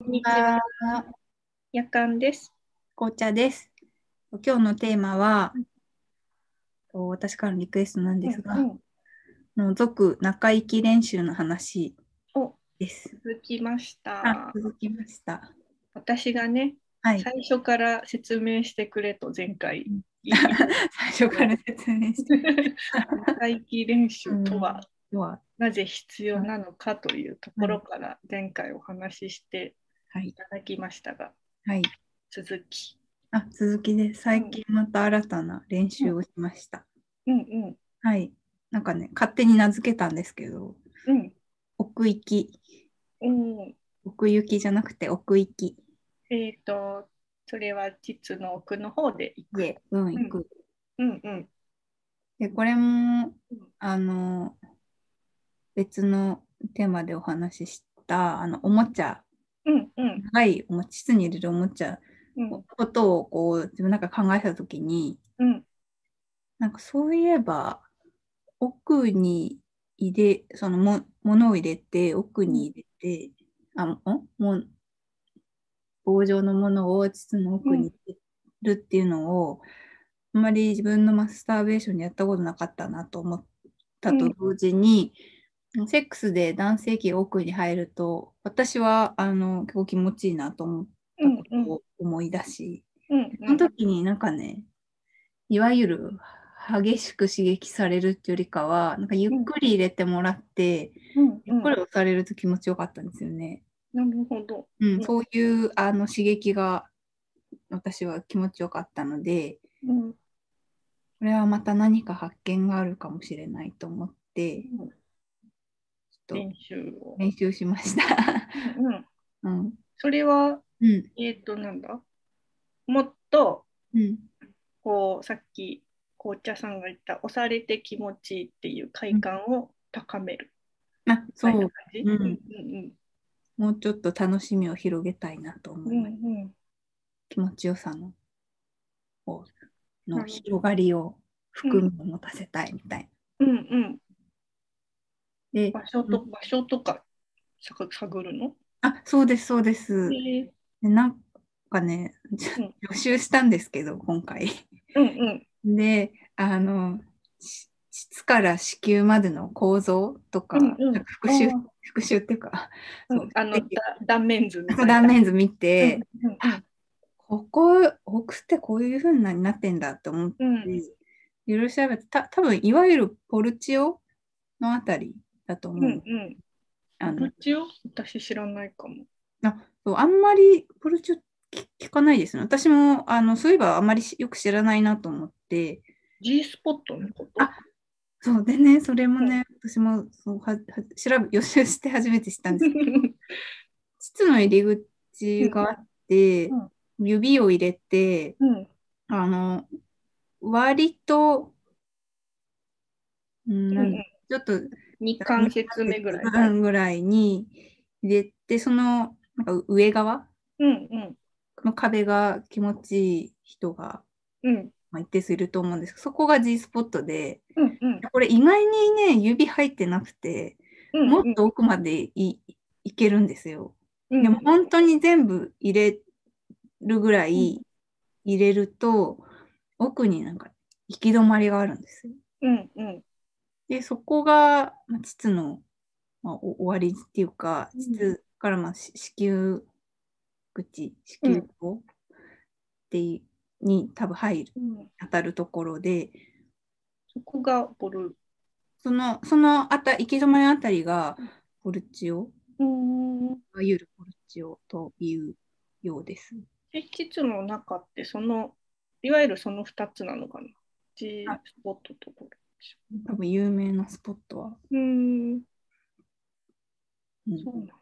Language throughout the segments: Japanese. こんにちは。夜間です。紅茶です。今日のテーマは、と私からのリクエストなんですが、うんうんあの続中行き練習の話おです。続きました、。あ続きました。私がね、はい。最初から説明してくれと前回うん言い最初から説明して再起練習とはは、なぜ必要なのかというところから前回お話ししてはいい。ただきましたが、はい。続き。あ、続きです。最近また新たな練習をしました。うんうんはい。なんかね、勝手に名付けたんですけど、うん奥行き。うん。奥行きじゃなくて奥行き。えっ、と、それは実の奥の方で行く。で、うん、行く。うんうん。で、これもうん、あの、別のテーマでお話しした、あの、おもちゃ、うんうん長いおもち室に入れるおもちゃうんのことを、こう、自分なんか考えたときに、うんなんかそういえば、奥に入れ、そのも、物を入れて、奥に入れて、あ、んもう、棒状のものを筒の奥に入れるっていうのを、あんまり自分のマスターベーションでやったことなかったなと思ったと同時に、セックスで男性器が奥に入ると、私は、あの、結構気持ちいいなと思っうんたことを思い出し、うんその時になんかね、いわゆる激しく刺激されるっていうよりかは、なんかゆっくり入れてもらって、うんうゆっんくり押されると気持ちよかったんですよね。なるほど。うん、うんそういうあの刺激が私は気持ちよかったので、うんこれはまた何か発見があるかもしれないと思って、ちょっ練習をと。練習しました。 うん、うん、それは、うん、えっ、と、なんだもっと、うん、こう、さっき、紅茶さんが言った、押されて気持ちいいっていう快感を高める。あ、そみたいうな、感じ。うんうんもうちょっと楽しみを広げたいなと思ういん。まうす。んうん気持ちよさのこうなのるほど広がりを含みを持たせたいみたいうんうん。な。で、場所と、場所とか探探るの、あそうですそうです。でえーなんかね、ちょうん予習したんですけど今回。うんうん。であのし質から子宮までの構造とか、うんうんなんか復あ習ー復習っていうか、うんそうあの、だ断面図みたいな。断面図見て、うんここ奥ってこういう風になってんだって思ってうんうん。いろいろ調べて、た多分いわゆるポルチオのあたりだと思うう。んうん。あどのっちよ私知らないかも。そうあんまりポルチオ聞聞かないですね。私もあのそういえばあまりしよく知らないなと思って、 G スポットのことあそうでね、それもね、私もそうはは調べ予習して初めて知ったんですけど、膣の入り口があって、うん指を入れて、うん。あの、割と、うん、なんだちょっと2関節目ぐらい。う。んぐらいに入れて、そのなんか上側うんうんの壁が気持ちいい人が、うんまあ、一定数いると思うんですけど、そこが G スポットで、うんうんこれ意外にね、指入ってなくて、うんもっと奥までい,、いけるんですよ。うんでも本当に全部入れるぐらい入れると、奥になんか行き止まりがあるんですよ。うんうんで、そこが、まあ、膣の、まあ、お終わりっていうか、うん膣から、まあ、し子宮口、子宮口っていに多分入る、うん当たるところで、そこがボル。その、そのあた、行き止まりのあたりが、ポルチオ、うん。いわゆるポルチオというようです。え、キツの中って、その、いわゆるその2つなのかな ?G スポットとこ多分有名なスポットは。ろ。うん。うんそうな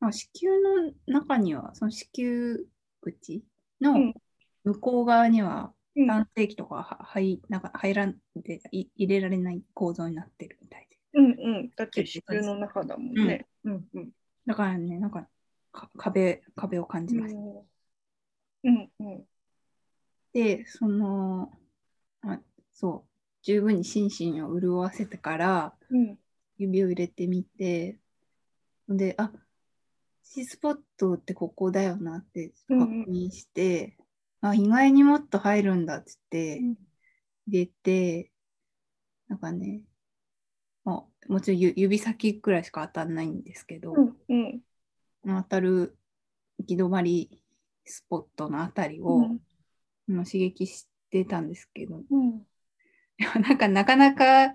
まあ、子宮の中には、その子宮口うのん向こう側には、の。男性器とかはは入なんか入らんでい入れられない構造になってるみたいで。うんうん。だって子宮の中だもんね。うんうん。だからね、なんかか壁壁を感じます。うんうん。で、そのあ、そう、十分に心身を潤わせてからうん指を入れてみて、で、あシースポットってここだよなってうん確認して、あ意外にもっと入るんだっつってうん入れて、なんかね、まあ、もちろんゆ指先くらいしか当たんないんですけど、うんうん当たる行き止まりスポットのあたりを、うんあの刺激してたんですけど、うんでも なんかなかなか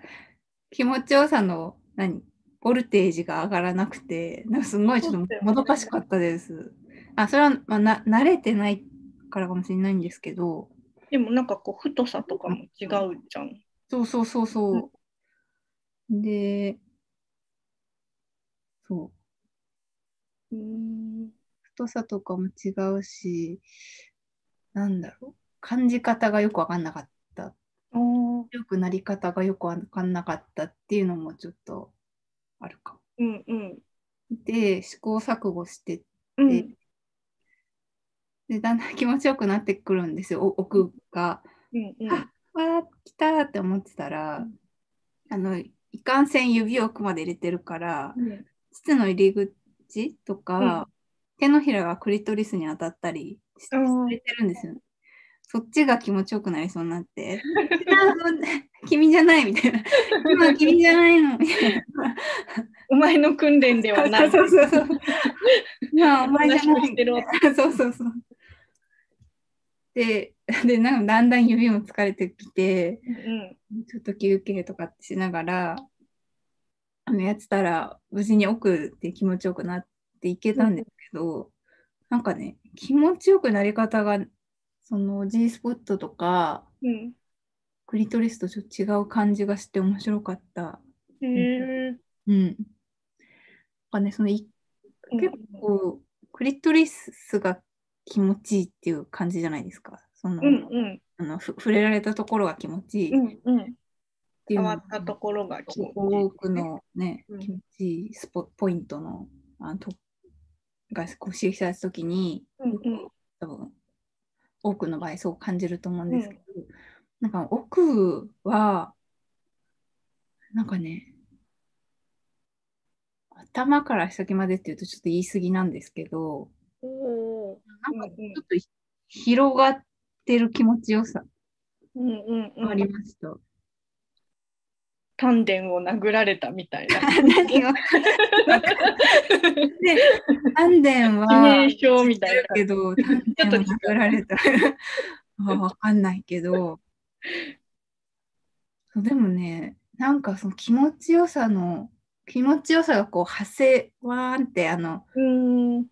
気持ちよさの何ボルテージが上がらなくてなんかすごいちょそっうだよとねもどかしかったです。あそれは、まあ、な慣れてないからかもしれないんですけどでもなんかこう太さとかも違うじゃん。そうそうそうそう。でそううん太さとかも違うしなんだろう感じ方がよく分かんなかった。あー良くなり方がよく分かんなかったっていうのもちょっとあるかも。うんうんで試行錯誤してうんででだんだん気持ちよくなってくるんですよお奥が。うんうんあわあ来たーって思ってたら、うんあのいかんせん指を奥まで入れてるからうん膣の入り口とか、手のひらがクリトリスに当たったりしあーされてるんですよ。そっちが気持ちよくなりそうになって 「あーそんな君じゃない」みたいな「今君じゃないの」みたいな。お前の訓練ではない。 そうそうそう。まあ、お前じゃ同じこなとしてるい。 そうそうそう。で、 でなんかだんだん指も疲れてきて、うんちょっと休憩とかってしながら、あのやってたら、無事に奥で気持ちよくなっていけたんですけど、なんかね、気持ちよくなり方が、その G スポットとか、うんクリトリスとちょっと違う感じがして面白かった。へえうん。なんかね、そのいうん結構、クリトリスが気持ちいいっていう感じじゃないですか。その、うんうんあのふ触れられたところが気持ちいいっうんうんていう変わのったところが気持ちいい。多くのね、うん気持ちいいスポポイントのあのとがこう刺激された時に、うんうん多分多くの場合そう感じると思うんですけど、なんか奥はなんかね頭から先までっていうとちょっと言い過ぎなんですけどおーなんかちょっとひ広がってる気持ちよさうんうんが うありん。ました。丹田を殴られたみたいな。何がで、丹田は致 命傷みたいな けど、丹田は殴られた。まあ、わかんないけど。そうでもね、なんかその気持ちよさの、気持ちよさがこう、はせ、わーんって、あの、うんうん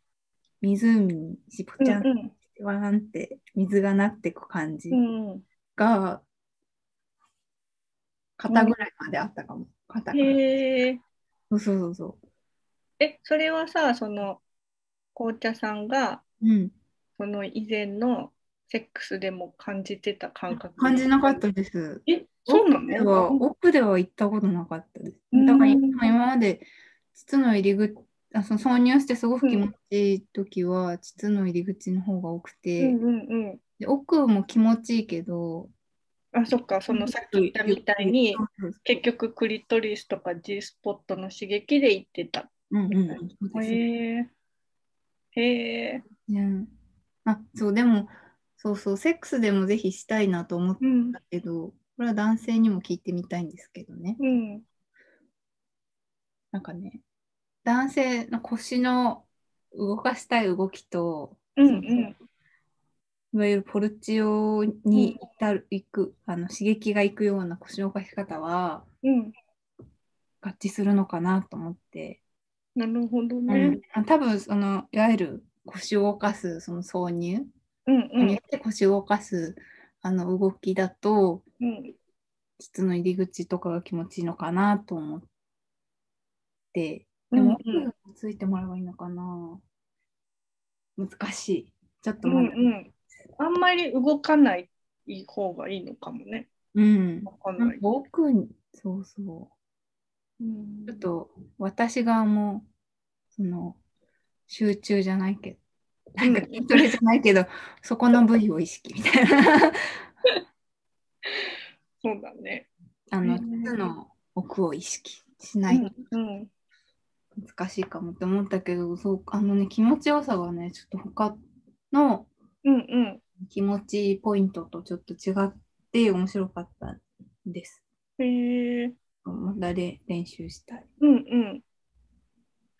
湖にしぼちゃん、うんわーんって水がなってく感じうん。が、肩ぐらいまであったかも。肩ぐらい。へえ。そうそうそうそえ、それはさ、その紅茶さんがう。うん。その以前のセックスでも感じてた感覚。感じなかっ。たです。え、そうなではの？奥では行ったことなかったです。うんだから今今まで膣の入り口あその挿入してすごく気持ちいい時は膣の入り口の方が多くうて、んうんうん。で奥も気持ちいいけどあ、そっか。そのさっき言ったみたいにそうそう結局クリトリスとか G スポットの刺激で行ってた。うんうんうんそうですへえ。へえ。うんあそうでもそうそうセックスでもぜひしたいなと思っうんたけどこれは男性にも聞いてみたいんですけどねうんなんかね男性の腰の動かしたい動きとうんうんいわゆるポルチオに至る、行くあの刺激がいくような腰の動かし方はうん。合致するのかなと思って、なるほどうねん。、あ多分そのいわゆる腰を動かすその挿入うんうによんって腰を動かすあの動きだとうん。膣の入り口とかが気持ちいいのかなと思ってうでんも、うんついてもらえばいいのかな難しいちょっとうんまだうん。あんまり動かない方がいいのかもね。うん、わかんななんいか。奥にそうそううんちょっと私側もその集中じゃないけど、なんか筋トレじゃないけど、そこの部位を意識みたい な。そうだね。あの、うん手の奥を意識しないうん。難しいかもって思ったけど、そう、あのね、気持ちよさがね、ちょっと他のうんうん。気持ちいいポイントとちょっと違って面白かったです。へえ。またで練習したい。うんうん。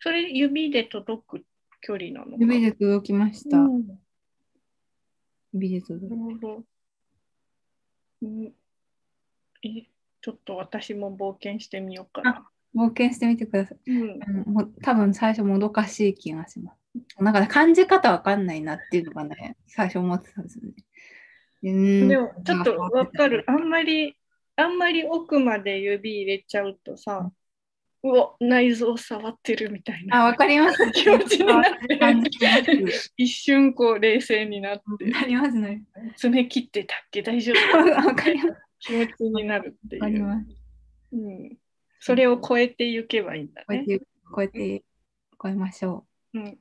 それ指で届く距離なのか指で届きました。うん指で届ないるほど。うんえ、ちょっと私も冒険してみようかな。冒険してみてください。うん、あのもう多分最初もどかしい気がします。なんかね、感じ方わかんないなっていうのがね、最初思ってたんですよね。うーんでもちょっとわかる。。あんまり、あんまり奥まで指入れちゃうとさ、うわ、内臓触ってるみたいあ、なわかります。気持ちになって感じます。一瞬こう冷静になって、なりますね。爪切ってたっけ大丈夫 わかります。気持ちになるってわかりいまう。す。うん、それを超えていけばいいんだこうやっね。て、こうやって、超えましょう。うん、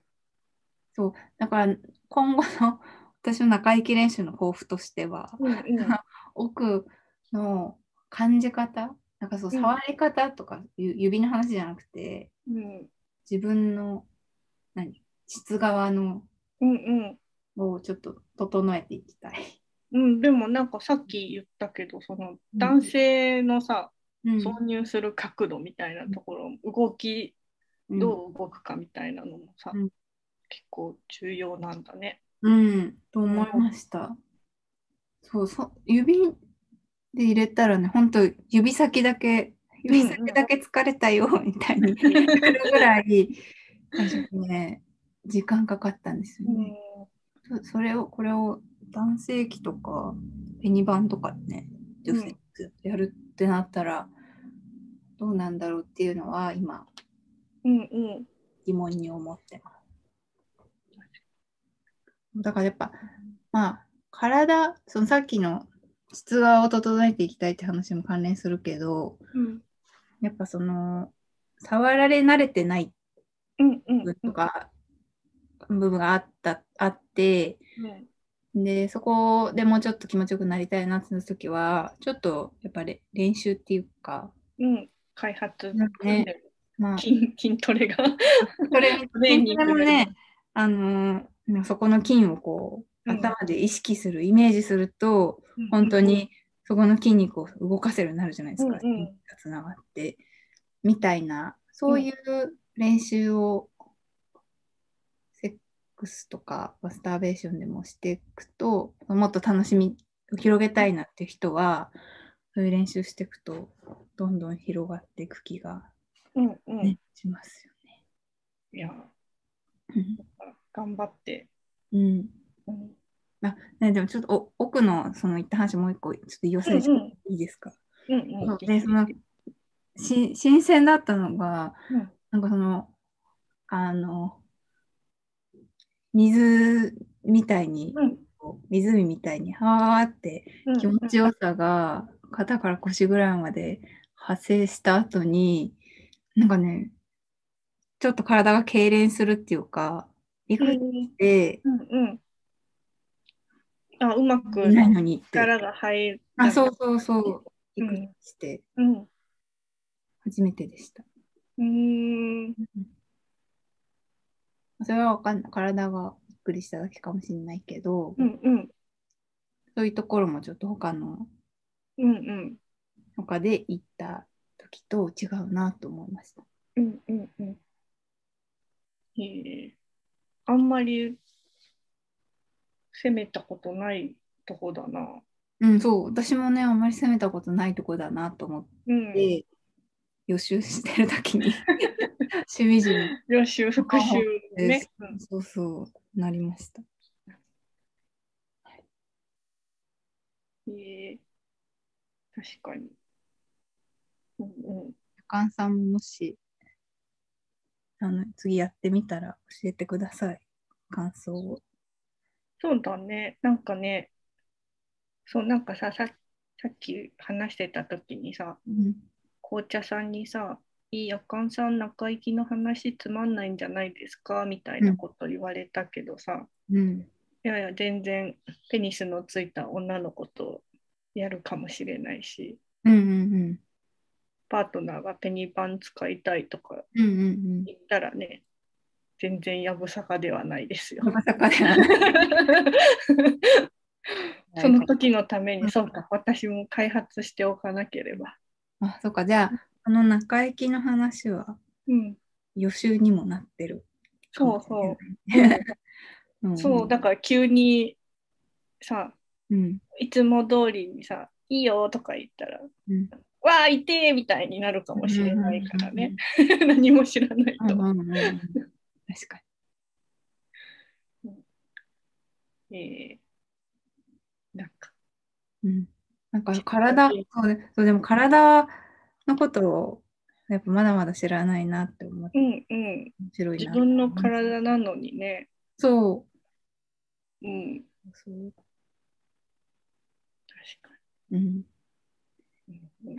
そう、だから今後の私の中行き練習の抱負としては、うん、うん。奥の感じ方、なんかそう、うん触り方とか、ゆ指の話じゃなくて、うん、自分の、何、質側のうん、うん。をちょっと整えていきたい。うん、でもなんかさっき言ったけど、そのうん男性のさ、うん挿入する角度みたいなところ、動き、うんどう動くかみたいなのもさ、うん結構重要なんだね。うん、と思いました。そう、そ指で入れたらね、本当指先だけ、指先だけ疲れたよ、 みたいになるぐらい、最初ね、時間かかったんですよね。そそれを、これを男性器とか、ペニバンとかね、女性器やるってなったら、どうなんだろうっていうのは、今、うん、うん、うん。疑問に思ってます。だからやっぱ、まあ、体、そのさっきの質側を整えていきたいって話も関連するけど、うん、やっぱその、触られ慣れてないうん、うん、部分とか、部分があった、あって、うん、で、そこでもうちょっと気持ちよくなりたいなって時は、ちょっとやっぱり練習っていうか、うん。開発、なんかねまあ、筋筋トレが。それトレーニングもね、あのーそこの筋をこうう、ん頭で意識する、イメージすると、本当にそこの筋肉を動かせるようになるじゃないですか、うんうんがつながって、みたいな、そういう練習を、セックスとかマスターベーションでもしていくと、もっと楽しみを広げたいなっていう人は、そういう練習していくと、どんどん広がっていく気が、うん、うん、うん。ねしますよいや、ね。頑張って。うんうんうん、ね、でもちょっとお奥のその言った話もう一個ちょっと言わせてうんいいですか、うん、うん。そうでそのし新鮮だったのがうんなんかそのあの水みたいに、うん、湖みたいにはーってうん、気持ちよさが肩から腰ぐらいまで発生した後になんかねちょっと体が痙攣するっていうか理うん。屈で、うんうん。あ、うまくないのにって。力が入る。あ、そうそうそう。うびんっくりして、うん。初めてでした。うーん。それはわかんない。体がびっくりしただけかもしれないけど、うんうん。そういうところもちょっと他の、うんうん。他で行った時と違うなと思いました。うんうんうん。ええあんまり攻めたことないとこだな。うん、そう。私もね、あんまり攻めたことないとこだなと思っうん。て、予習してる時 に、しみじみ、予習、復習ね。うんそうそう、なりました。ええ確かに。うんうん。かんさんももし、あの、次やってみたら教えてください。感想を。そうだね。なんかね、そう、なんかさ、ささっき話してた時にさ、うん。紅茶さんにさ「いいやかんさん中行きの話つまんないんじゃないですか」みたいなこと言われたけどさ、うん。いやいや全然ペニスのついた女の子とやるかもしれないしうんうんパートナーがペニパン使いたいとかうんうん言ったらね、全然やぶさかではない ですようん。。まさかではない。その時のために、そうか、私も開発しておかなければ。あ、そうか。じゃあ、あの中行きの話はうん、予習にもなってる。そう そうん。う。そう、だから急にさ、うん。いつも通りにさ、いいよとか言ったら、うんわあ、いてーみたいになるかもしれないからうんうんうんうねん。 何も知らないと。うんうんうんうん確かえーなんか、に。うん、なんか体、そうねそうでも体のことをやっぱまだまだ知らないなって思ってうんうん、面白い自な。分の体なのにね、そうん、う。そう確かうん、に。うんうん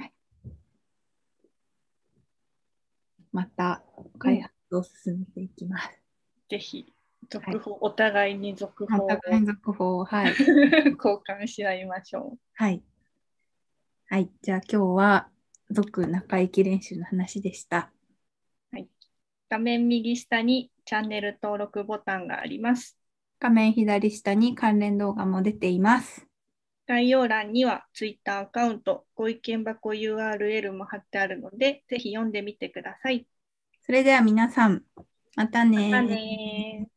また開発を進めていきます。ぜひ、続報、お互いに続ま報を た連続法、はい。交換し合いましょはい。はい。じゃあ今日は、続中行き練習の話でした。う。画面右下にチャンネル登録ボタンがあります。画面左下に関連動画も出ています。概要欄には Twitter アカウント、ご意見箱 URL も貼ってあるので、ぜひ読んでみてください。それでは皆さん、またねまたねー